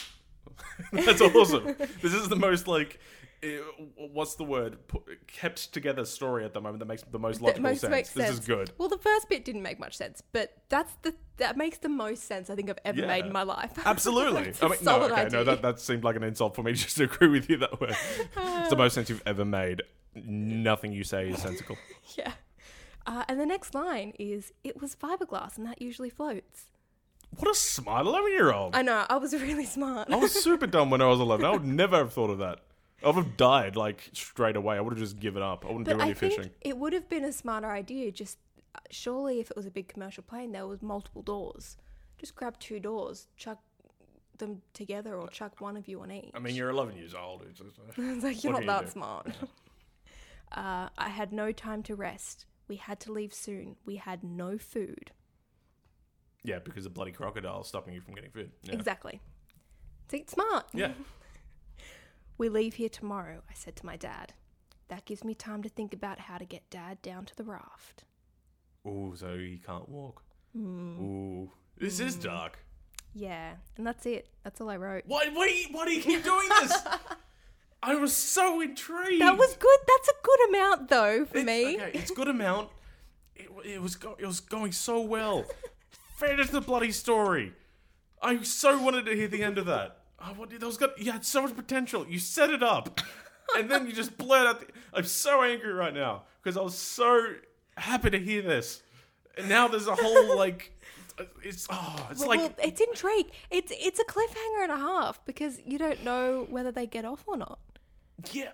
[SPEAKER 3] that's awesome. This is the most like. eh, What's the word? Put, kept together story at the moment that makes the most
[SPEAKER 2] That
[SPEAKER 3] logical
[SPEAKER 2] most
[SPEAKER 3] sense.
[SPEAKER 2] makes
[SPEAKER 3] This
[SPEAKER 2] sense.
[SPEAKER 3] is good.
[SPEAKER 2] Well, the first bit didn't make much sense, but that's the that makes the most sense I think I've ever
[SPEAKER 3] Yeah.
[SPEAKER 2] made in my life.
[SPEAKER 3] Absolutely.
[SPEAKER 2] It's a
[SPEAKER 3] I mean, no,
[SPEAKER 2] solid
[SPEAKER 3] okay,
[SPEAKER 2] idea.
[SPEAKER 3] no, that, that seemed like an insult for me just to agree with you that way. it's the most sense you've ever made. Nothing you say is sensical.
[SPEAKER 2] yeah. Uh, and the next line is, "It was fiberglass, and that usually floats."
[SPEAKER 3] What a smart 11 year old.
[SPEAKER 2] I know. I was really smart.
[SPEAKER 3] I was super dumb when I was 11. I would never have thought of that. I would have died like straight away. I would have just given up. I wouldn't
[SPEAKER 2] But
[SPEAKER 3] do any
[SPEAKER 2] I think
[SPEAKER 3] fishing.
[SPEAKER 2] it would have been a smarter idea. Just uh, surely, if it was a big commercial plane, there was multiple doors. Just grab two doors, chuck them together, or chuck one of you on each.
[SPEAKER 3] I mean, you're 11 years old. It's just-
[SPEAKER 2] it's like you're
[SPEAKER 3] what
[SPEAKER 2] not
[SPEAKER 3] do you
[SPEAKER 2] that
[SPEAKER 3] do?
[SPEAKER 2] smart. uh, I had no time to rest. We had to leave soon. We had no food.
[SPEAKER 3] yeah, because the bloody crocodile is stopping you from getting food. Yeah.
[SPEAKER 2] Exactly. See, it's smart.
[SPEAKER 3] Yeah.
[SPEAKER 2] We leave here tomorrow, I said to my dad. That gives me time to think about how to get dad down to the raft.
[SPEAKER 3] Ooh, so you can't walk.
[SPEAKER 2] Hmm.
[SPEAKER 3] Ooh. This is dark.
[SPEAKER 2] Yeah, and that's it. That's all I wrote.
[SPEAKER 3] Why, why, why do you keep doing this? I was so intrigued.
[SPEAKER 2] That was good. That's a good amount, though, for
[SPEAKER 3] It's-
[SPEAKER 2] me.
[SPEAKER 3] Okay, it's good amount. It, w- it was go- it was going so well. Finish the bloody story. I so wanted to hear the end of that. I wanted, that was got you had so much potential. You set it up, and then you just blurt out. The, I'm so angry right now because I was so happy to hear this, and now there's a whole like. It's oh, it's like
[SPEAKER 2] well, it's intrigue. It's it's a cliffhanger and a half because you don't know whether they get off or not.
[SPEAKER 3] Yeah,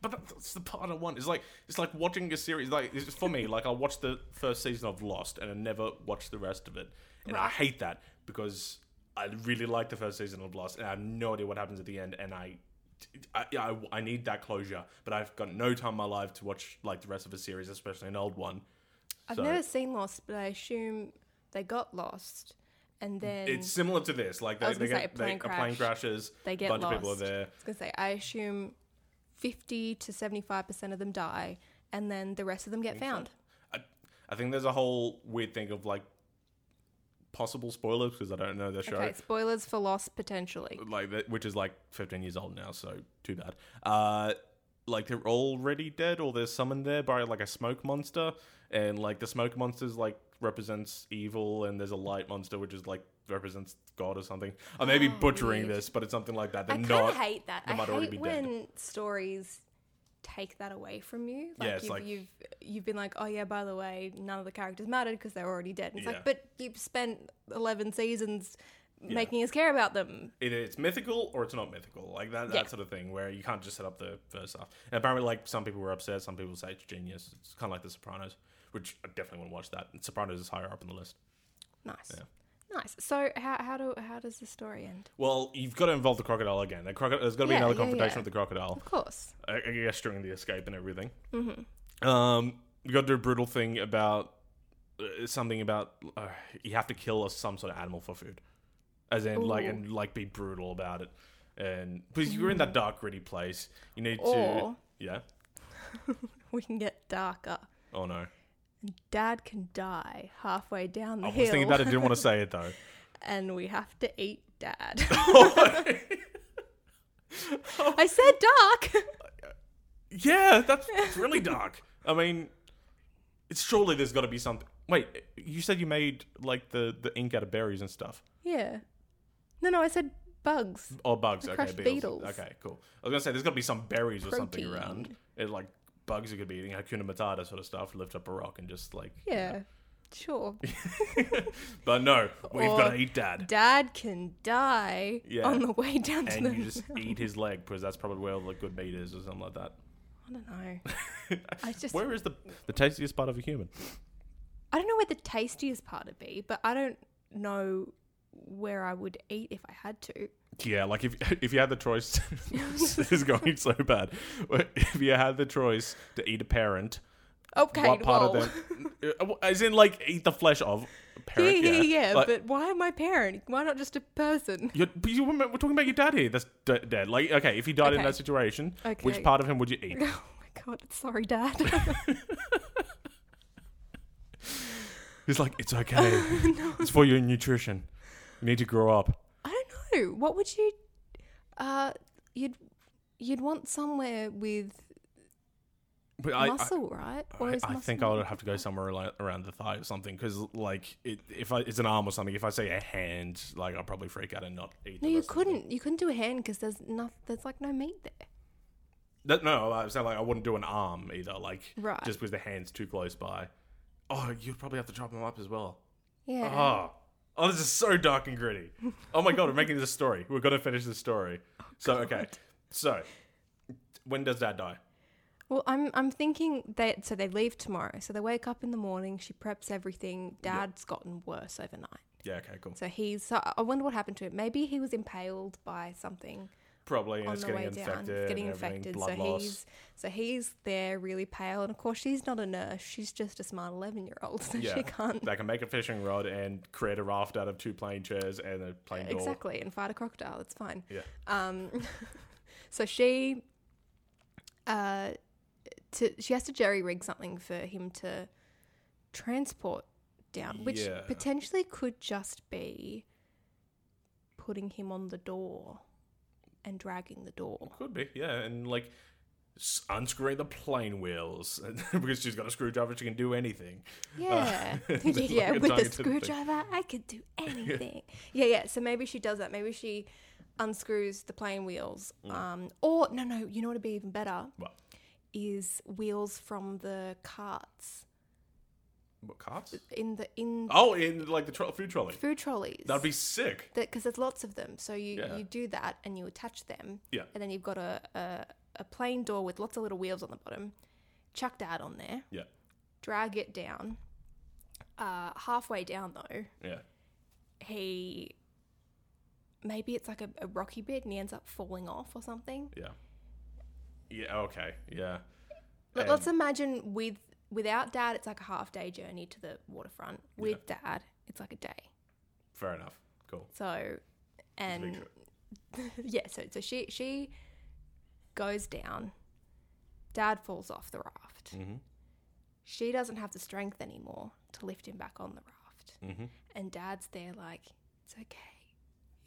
[SPEAKER 3] but that- that's the part I want. It's like it's like watching a series. Like it's for me, like I watched the first season of Lost and I never watched the rest of it, and I hate that because I really like the first season of Lost and I have no idea what happens at the end, and I. I, I, I need that closure, but I've got no time in my life to watch like the rest of a series, especially an old one.
[SPEAKER 2] I've
[SPEAKER 3] So-
[SPEAKER 2] never seen Lost, but I assume they got lost, and then
[SPEAKER 3] It's similar to this. Like
[SPEAKER 2] I
[SPEAKER 3] they,
[SPEAKER 2] was
[SPEAKER 3] they
[SPEAKER 2] gonna
[SPEAKER 3] get
[SPEAKER 2] say a
[SPEAKER 3] they,
[SPEAKER 2] plane
[SPEAKER 3] a plane
[SPEAKER 2] crash.
[SPEAKER 3] crashes.
[SPEAKER 2] They get
[SPEAKER 3] a bunch of people are
[SPEAKER 2] lost. I
[SPEAKER 3] there.
[SPEAKER 2] was gonna say I assume fifty to seventy-five percent of them die, and then the rest of them get found.
[SPEAKER 3] I, I think there's a whole weird thing of like possible spoilers because I don't know the show.
[SPEAKER 2] Okay, spoilers for Lost potentially.
[SPEAKER 3] like that, which is like 15 years old now, so too bad. Uh, like they're already dead, or they're summoned there by like a smoke monster, and like the smoke monster's like represents evil, and there's a light monster which is like represents God or something. I may be butchering
[SPEAKER 2] Oh, weird.
[SPEAKER 3] this, but it's something like that.
[SPEAKER 2] I
[SPEAKER 3] They're
[SPEAKER 2] kind
[SPEAKER 3] not.
[SPEAKER 2] of hate that.
[SPEAKER 3] they
[SPEAKER 2] I
[SPEAKER 3] might already
[SPEAKER 2] hate
[SPEAKER 3] be
[SPEAKER 2] when
[SPEAKER 3] dead.
[SPEAKER 2] stories take that away from you. Like,
[SPEAKER 3] it's
[SPEAKER 2] you've,
[SPEAKER 3] like-
[SPEAKER 2] you've you've been like, oh yeah, by the way, none of the characters mattered because they're already dead. And it's
[SPEAKER 3] Yeah.
[SPEAKER 2] like, but you've spent eleven seasons making us care about them.
[SPEAKER 3] Either it's mythical or it's not mythical, like that, that
[SPEAKER 2] Yeah.
[SPEAKER 3] sort of thing, where you can't just set up the first half. And apparently, like some people were upset, some people say it's genius. It's kind of like The Sopranos, which I definitely want to watch that. And Sopranos is higher up on the list.
[SPEAKER 2] Nice, nice. So how how do how does the story end?
[SPEAKER 3] Well, you've got to involve the crocodile again. The croco- there's got to be
[SPEAKER 2] Yeah,
[SPEAKER 3] another
[SPEAKER 2] yeah,
[SPEAKER 3] confrontation
[SPEAKER 2] yeah.
[SPEAKER 3] with the crocodile.
[SPEAKER 2] Of course.
[SPEAKER 3] I, I guess during the escape and everything. Mm-hmm. Um, you got to do a brutal thing about uh, something about uh, you have to kill a, some sort of animal for food, as in like
[SPEAKER 2] Ooh. Mm.
[SPEAKER 3] and like be brutal about it. And because you're in that dark, gritty place, you need
[SPEAKER 2] Or-
[SPEAKER 3] to yeah.
[SPEAKER 2] We can get darker.
[SPEAKER 3] Oh no!
[SPEAKER 2] Dad can die halfway down the
[SPEAKER 3] I was
[SPEAKER 2] hill,
[SPEAKER 3] thinking about it. Didn't want to say it though.
[SPEAKER 2] and we have to eat Dad. I said dark.
[SPEAKER 3] Yeah, that's it's really dark. I mean, it's surely there's got to be something. Wait, you said you made like the the ink out of berries and stuff,
[SPEAKER 2] Yeah. No, no, I said bugs.
[SPEAKER 3] or bugs?
[SPEAKER 2] The
[SPEAKER 3] Okay,
[SPEAKER 2] crushed
[SPEAKER 3] beetles.
[SPEAKER 2] beetles.
[SPEAKER 3] Okay, cool. I was gonna say there's got to be some berries or something
[SPEAKER 2] Protein.
[SPEAKER 3] around. It like bugs you could be eating, Hakuna Matata sort of stuff. Lift up a rock and just like you
[SPEAKER 2] Yeah,
[SPEAKER 3] know.
[SPEAKER 2] sure.
[SPEAKER 3] But no, we've
[SPEAKER 2] Or
[SPEAKER 3] got to eat dad,
[SPEAKER 2] Dad can die
[SPEAKER 3] Yeah.
[SPEAKER 2] on the way down to
[SPEAKER 3] and
[SPEAKER 2] the.
[SPEAKER 3] you just eat his leg because that's probably where all the good meat is or something like that.
[SPEAKER 2] I don't know. I just.
[SPEAKER 3] Where is the the tastiest part of a human?
[SPEAKER 2] I don't know where the tastiest part would be, but I don't know where I would eat if I had to.
[SPEAKER 3] Yeah, like if if you had the choice, this is going so bad. If you had the choice to eat a parent,
[SPEAKER 2] Okay,
[SPEAKER 3] what part
[SPEAKER 2] well.
[SPEAKER 3] of them? uh, As in, like eat the flesh of a
[SPEAKER 2] Yeah,
[SPEAKER 3] parent.
[SPEAKER 2] yeah, yeah,
[SPEAKER 3] Like,
[SPEAKER 2] but why my parent? Why not just a person?
[SPEAKER 3] you're, but you remember, we're talking about your dad here. That's d- dead. Like, okay, if he died in
[SPEAKER 2] Okay.
[SPEAKER 3] that situation,
[SPEAKER 2] Okay.
[SPEAKER 3] which part of him would you eat?
[SPEAKER 2] Oh my god, sorry, Dad.
[SPEAKER 3] He's like, it's okay. It's for your nutrition. You need to grow up.
[SPEAKER 2] I don't know. What would you? Uh, you'd you'd want somewhere with
[SPEAKER 3] But I, I,
[SPEAKER 2] muscle, right?
[SPEAKER 3] I,
[SPEAKER 2] is
[SPEAKER 3] I
[SPEAKER 2] muscle
[SPEAKER 3] think I
[SPEAKER 2] not-
[SPEAKER 3] would have to go somewhere like around the thigh or something because, like, it, if I, it's an arm or something, if I say a hand, like, I'll probably freak out and not eat.
[SPEAKER 2] No,
[SPEAKER 3] the
[SPEAKER 2] you
[SPEAKER 3] rest of the thing.
[SPEAKER 2] couldn't. You couldn't do a hand because there's not. There's like no meat there.
[SPEAKER 3] That, no, I was saying like I wouldn't do an arm either, like
[SPEAKER 2] Right.
[SPEAKER 3] just because the hand's too close by. Oh, you'd probably have to chop them up as well.
[SPEAKER 2] Yeah.
[SPEAKER 3] Oh, oh, this is so dark and gritty. Oh my god, we're making this a story. We're gonna finish this story.
[SPEAKER 2] Oh
[SPEAKER 3] so okay, so when does Dad die?
[SPEAKER 2] Well, I'm I'm thinking that so they leave tomorrow. So they wake up in the morning. She preps everything. Dad's gotten worse overnight.
[SPEAKER 3] Yeah, okay, cool.
[SPEAKER 2] So he's. So I wonder what happened to him. Maybe he was impaled by something
[SPEAKER 3] Probably and
[SPEAKER 2] on
[SPEAKER 3] it's
[SPEAKER 2] the
[SPEAKER 3] getting
[SPEAKER 2] way
[SPEAKER 3] infected.
[SPEAKER 2] down. It's
[SPEAKER 3] and
[SPEAKER 2] getting
[SPEAKER 3] everything,
[SPEAKER 2] infected.
[SPEAKER 3] Blood
[SPEAKER 2] So
[SPEAKER 3] loss.
[SPEAKER 2] he's so he's there, really pale. And of course, she's not a nurse. She's just a smart eleven-year-old, so
[SPEAKER 3] yeah,
[SPEAKER 2] she can't
[SPEAKER 3] They can make a fishing rod and create a raft out of two plane chairs and a plane door.
[SPEAKER 2] exactly and fight a crocodile. It's fine.
[SPEAKER 3] Yeah.
[SPEAKER 2] Um, so she, uh, to, she has to jerry rig something for him to transport down, which
[SPEAKER 3] Yeah.
[SPEAKER 2] potentially could just be putting him on the door and dragging the door.
[SPEAKER 3] Could be, yeah, and like s- unscrewing the plane wheels because she's got a screwdriver. She can do anything.
[SPEAKER 2] Yeah, yeah,
[SPEAKER 3] Just like
[SPEAKER 2] yeah.
[SPEAKER 3] a
[SPEAKER 2] Uh, With a
[SPEAKER 3] targeted thing.
[SPEAKER 2] screwdriver, I could do anything. yeah, yeah. So maybe she does that. Maybe she unscrews the plane wheels.
[SPEAKER 3] Mm.
[SPEAKER 2] Um, or no, no. You know what would be even better
[SPEAKER 3] What?
[SPEAKER 2] is wheels from the carts
[SPEAKER 3] What carts?
[SPEAKER 2] in the in
[SPEAKER 3] Oh, in like the tro- food trolley.
[SPEAKER 2] food trolleys.
[SPEAKER 3] That'd be sick.
[SPEAKER 2] because there's lots of them. So you
[SPEAKER 3] Yeah.
[SPEAKER 2] you do that and you attach them.
[SPEAKER 3] Yeah.
[SPEAKER 2] And then you've got a, a a plane door with lots of little wheels on the bottom. Chuck that on there.
[SPEAKER 3] Yeah,
[SPEAKER 2] Drag it down. Uh, halfway down though,
[SPEAKER 3] yeah.
[SPEAKER 2] he maybe it's like a, a rocky bit and he ends up falling off or something.
[SPEAKER 3] Yeah. Yeah, okay. Yeah.
[SPEAKER 2] Let,
[SPEAKER 3] And-
[SPEAKER 2] let's imagine with without dad, it's like a half day journey to the waterfront. With dad, it's like a day.
[SPEAKER 3] Fair enough. Cool.
[SPEAKER 2] So,
[SPEAKER 3] It's a
[SPEAKER 2] and
[SPEAKER 3] big trip.
[SPEAKER 2] yeah, so so she she goes down. Dad falls off the raft.
[SPEAKER 3] Mhm.
[SPEAKER 2] She doesn't have the strength anymore to lift him back on the raft,
[SPEAKER 3] Mhm.
[SPEAKER 2] and Dad's there like it's okay.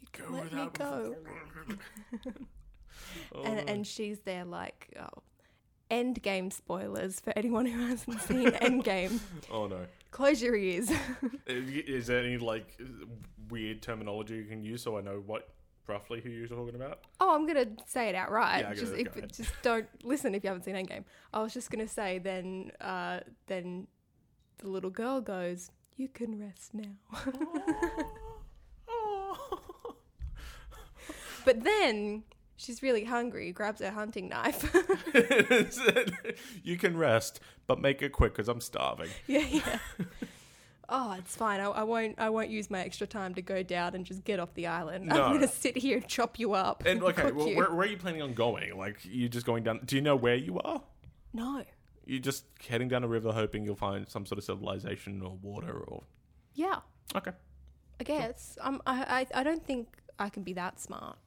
[SPEAKER 2] You can
[SPEAKER 3] Go
[SPEAKER 2] let me
[SPEAKER 3] without
[SPEAKER 2] go.
[SPEAKER 3] Oh,
[SPEAKER 2] and, and she's there like oh, end game spoilers for anyone who hasn't seen Endgame.
[SPEAKER 3] Oh no.
[SPEAKER 2] Close your ears.
[SPEAKER 3] Is there any like weird terminology you can use so I know what roughly who you're talking about?
[SPEAKER 2] Oh, I'm gonna say it outright.
[SPEAKER 3] Yeah, go-
[SPEAKER 2] just,
[SPEAKER 3] go
[SPEAKER 2] if,
[SPEAKER 3] ahead.
[SPEAKER 2] just don't listen if you haven't seen Endgame. I was just gonna say then, uh, then the little girl goes, "You can rest now." but then she's really hungry. Grabs her hunting knife.
[SPEAKER 3] you can rest, but make it quick because I'm starving.
[SPEAKER 2] yeah, yeah. Oh, it's fine. I, I won't. I won't use my extra time to go down and just get off the island.
[SPEAKER 3] No.
[SPEAKER 2] I'm gonna sit here and chop you up.
[SPEAKER 3] And okay,
[SPEAKER 2] cook
[SPEAKER 3] well,
[SPEAKER 2] you.
[SPEAKER 3] where, where are you planning on going? Like, you're just going down. Do you know where you are?
[SPEAKER 2] no.
[SPEAKER 3] You're just heading down a river, hoping you'll find some sort of civilization or water or.
[SPEAKER 2] Yeah,
[SPEAKER 3] Okay.
[SPEAKER 2] I guess. Um, I, I, I don't think I can be that smart.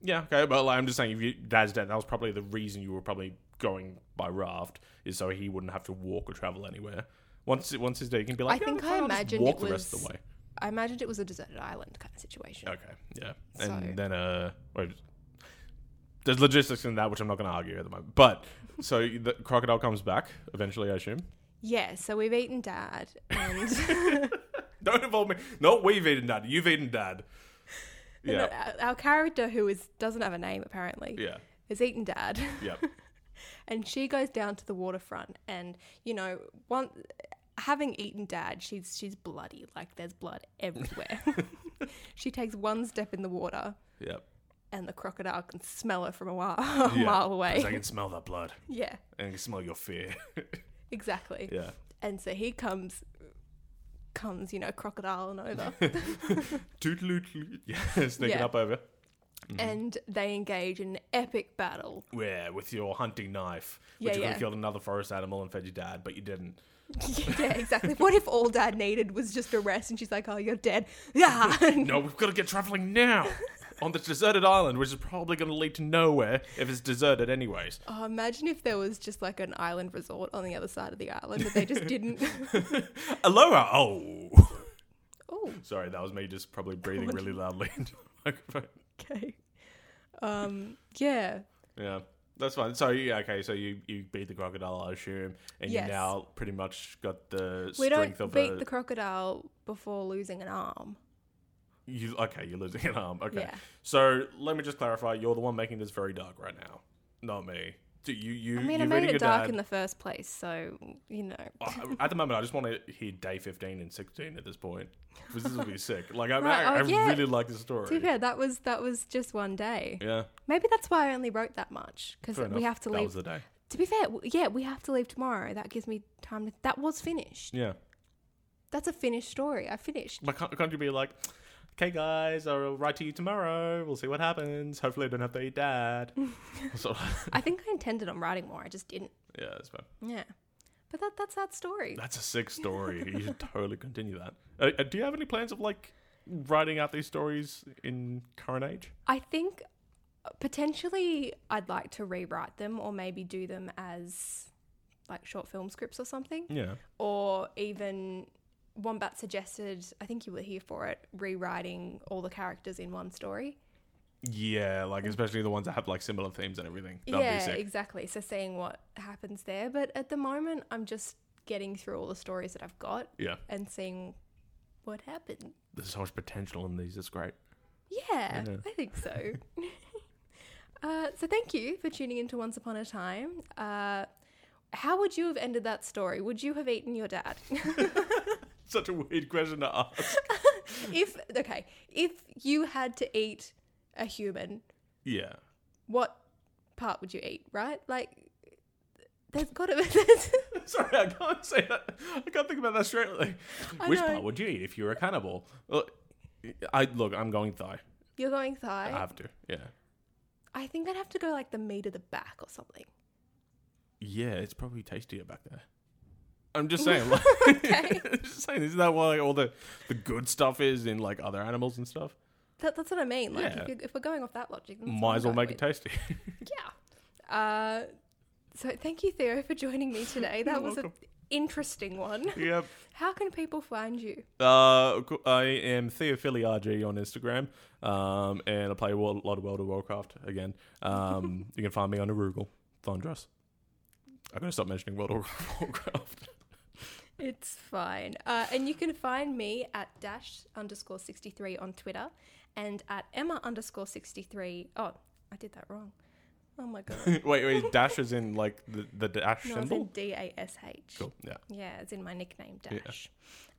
[SPEAKER 3] Yeah, okay, but like, I'm just saying, if you, Dad's dead, that was probably the reason you were probably going by raft, is so he wouldn't have to walk or travel anywhere. Once once he's dead, you can be like, yeah,
[SPEAKER 2] think I
[SPEAKER 3] that's fine, I'll just
[SPEAKER 2] imagined
[SPEAKER 3] walk
[SPEAKER 2] it
[SPEAKER 3] the rest of the
[SPEAKER 2] was-
[SPEAKER 3] way.
[SPEAKER 2] I imagined it was a deserted island kind of situation.
[SPEAKER 3] Okay, yeah, and
[SPEAKER 2] So-
[SPEAKER 3] then uh, wait, there's logistics in that which I'm not going to argue at the moment. But so the crocodile comes back eventually, I assume.
[SPEAKER 2] Yeah, so we've eaten dad and
[SPEAKER 3] Don't involve me. No, we've eaten dad. You've eaten dad. Yeah,
[SPEAKER 2] our- our character who is doesn't have a name apparently
[SPEAKER 3] yeah,
[SPEAKER 2] has eaten dad
[SPEAKER 3] yeah.
[SPEAKER 2] and she goes down to the waterfront and you know one having eaten dad she's she's bloody like there's blood everywhere. she takes one step in the water
[SPEAKER 3] Yeah.
[SPEAKER 2] and the crocodile can smell her from a mile, a
[SPEAKER 3] yeah.
[SPEAKER 2] mile
[SPEAKER 3] Because I
[SPEAKER 2] away.
[SPEAKER 3] can smell that blood.
[SPEAKER 2] Yeah,
[SPEAKER 3] And I can smell your fear.
[SPEAKER 2] exactly.
[SPEAKER 3] yeah.
[SPEAKER 2] And so he comes comes, you know, crocodile and over.
[SPEAKER 3] Mhm. Tootalootaloot. Yeah, sneaking
[SPEAKER 2] Yeah.
[SPEAKER 3] up over.
[SPEAKER 2] and they engage in an epic battle.
[SPEAKER 3] Yeah, Mm-hmm. with your hunting knife,
[SPEAKER 2] Yeah,
[SPEAKER 3] which you could have
[SPEAKER 2] yeah.
[SPEAKER 3] killed another forest animal and fed your dad, but you didn't.
[SPEAKER 2] yeah, exactly. What if all dad needed was just a rest and she's like, oh, you're dead? Yeah.
[SPEAKER 3] No, we've got to get traveling now on this deserted island, which is probably going to lead to nowhere if it's deserted, anyways.
[SPEAKER 2] Oh, imagine if there was just like an island resort on the other side of the island, but they just didn't.
[SPEAKER 3] Aloha! Oh.
[SPEAKER 2] oh,
[SPEAKER 3] Sorry, that was me just probably breathing really loudly into the microphone.
[SPEAKER 2] okay. Um, yeah.
[SPEAKER 3] Yeah, that's fine. So, yeah, okay, so you, you beat the crocodile, I assume, and
[SPEAKER 2] Yes.
[SPEAKER 3] you now pretty much got the
[SPEAKER 2] We
[SPEAKER 3] strength
[SPEAKER 2] don't
[SPEAKER 3] of
[SPEAKER 2] beat
[SPEAKER 3] a.
[SPEAKER 2] the crocodile before losing an arm.
[SPEAKER 3] you, okay, you're losing an arm. Okay.
[SPEAKER 2] Yeah.
[SPEAKER 3] So, let me just clarify you're the one making this very dark right now, not me. Do you, you,
[SPEAKER 2] I mean, I
[SPEAKER 3] you're
[SPEAKER 2] made
[SPEAKER 3] reading
[SPEAKER 2] it
[SPEAKER 3] your
[SPEAKER 2] dark
[SPEAKER 3] dad.
[SPEAKER 2] in the first place, so, you know.
[SPEAKER 3] I- at the moment, I just want to hear day 15 and 16 at this point. 'Cause this will be sick. Like, I,
[SPEAKER 2] Right,
[SPEAKER 3] I,
[SPEAKER 2] oh,
[SPEAKER 3] I
[SPEAKER 2] yeah.
[SPEAKER 3] really like this
[SPEAKER 2] To be
[SPEAKER 3] story.
[SPEAKER 2] fair, that was, that was just one day.
[SPEAKER 3] Yeah,
[SPEAKER 2] Maybe that's why I only wrote that much, because
[SPEAKER 3] fair enough.
[SPEAKER 2] we have to
[SPEAKER 3] that
[SPEAKER 2] leave
[SPEAKER 3] was the day.
[SPEAKER 2] To be fair, w- yeah, we have to leave tomorrow. That gives me time to. That was finished.
[SPEAKER 3] Yeah.
[SPEAKER 2] That's a finished story. I finished.
[SPEAKER 3] But can't, can't you be like, okay, guys, I'll write to you tomorrow. We'll see what happens. Hopefully, I don't have to eat dad. so,
[SPEAKER 2] I think I intended on writing more. I just didn't.
[SPEAKER 3] yeah, that's fine.
[SPEAKER 2] Yeah, but that that's that story.
[SPEAKER 3] That's a sick story. you should totally continue that. Uh, uh, do you have any plans of, like, writing out these stories in current age?
[SPEAKER 2] I think uh, potentially I'd like to rewrite them or maybe do them as like short film scripts or something,
[SPEAKER 3] Yeah.
[SPEAKER 2] or even. Wombat suggested, I think you were here for it, rewriting all the characters in one story.
[SPEAKER 3] Yeah, like, especially the ones that have, like, similar themes and everything. That'd be
[SPEAKER 2] yeah,
[SPEAKER 3] sick.
[SPEAKER 2] exactly. So seeing what happens there, but at the moment, I'm just getting through all the stories that I've got
[SPEAKER 3] yeah.
[SPEAKER 2] and seeing what happens.
[SPEAKER 3] There's so much potential in these. It's great.
[SPEAKER 2] Yeah,
[SPEAKER 3] Yeah.
[SPEAKER 2] I think so. uh, so thank you for tuning into Once Upon a Time. Uh, how would you have ended that story? Would you have eaten your dad?
[SPEAKER 3] Such a weird question to ask.
[SPEAKER 2] if okay, if you had to eat a human,
[SPEAKER 3] Yeah.
[SPEAKER 2] what part would you eat? Right, like there's got to be.
[SPEAKER 3] Sorry, I can't say that. I can't think about that straight. Like,
[SPEAKER 2] I
[SPEAKER 3] which
[SPEAKER 2] know.
[SPEAKER 3] part would you eat if you were a cannibal? Well, I look. I'm going thigh.
[SPEAKER 2] You're going
[SPEAKER 3] I,
[SPEAKER 2] thigh.
[SPEAKER 3] have to. Yeah.
[SPEAKER 2] I think I'd have to go like the meat of the back or something.
[SPEAKER 3] Yeah, it's probably tastier back there. I'm just saying, like,
[SPEAKER 2] Okay.
[SPEAKER 3] just saying, isn't that what like, all the the good stuff is in like other animals and stuff?
[SPEAKER 2] That, that's what I mean. Like,
[SPEAKER 3] Yeah.
[SPEAKER 2] if, you if we're going off that logic, then that's what
[SPEAKER 3] Might
[SPEAKER 2] I'm
[SPEAKER 3] as well
[SPEAKER 2] going
[SPEAKER 3] make it
[SPEAKER 2] with.
[SPEAKER 3] tasty.
[SPEAKER 2] Yeah. Uh, so thank you, Theo, for joining me today. That was an
[SPEAKER 3] welcome.
[SPEAKER 2] interesting one.
[SPEAKER 3] yep.
[SPEAKER 2] How can people find you?
[SPEAKER 3] Uh, co- I am Theophily RG on Instagram, um, and I play a wo- lot of World of Warcraft again. Um, you can find me on Arugal Thondras. I'm gonna stop mentioning World of Warcraft.
[SPEAKER 2] It's fine. Uh, and you can find me at dash underscore 63 on Twitter and at Emma underscore 63. Oh, I did that wrong. Oh my God.
[SPEAKER 3] wait, wait, dash is in like the, the dash
[SPEAKER 2] No, it's in
[SPEAKER 3] symbol.
[SPEAKER 2] D A S H.
[SPEAKER 3] Cool. Yeah.
[SPEAKER 2] Yeah, it's in my nickname,
[SPEAKER 3] Yeah.
[SPEAKER 2] Dash.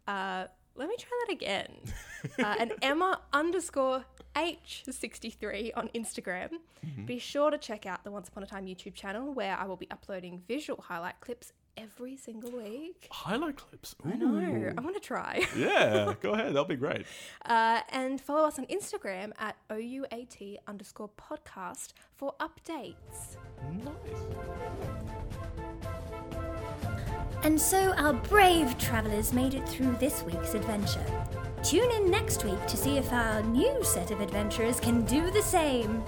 [SPEAKER 2] Uh, let me try that again. uh, and Emma underscore H63 on Instagram.
[SPEAKER 3] Mm-hmm.
[SPEAKER 2] Be sure to check out the Once Upon a Time YouTube channel where I will be uploading visual highlight clips every single week.
[SPEAKER 3] Highlight clips. Ooh.
[SPEAKER 2] No, I want to try.
[SPEAKER 3] Yeah, go ahead. That'll be great.
[SPEAKER 2] Uh, and follow us on Instagram at OUAT underscore podcast for updates.
[SPEAKER 3] Nice.
[SPEAKER 1] And so our brave travellers made it through this week's adventure. Tune in next week to see if our new set of adventurers can do the same.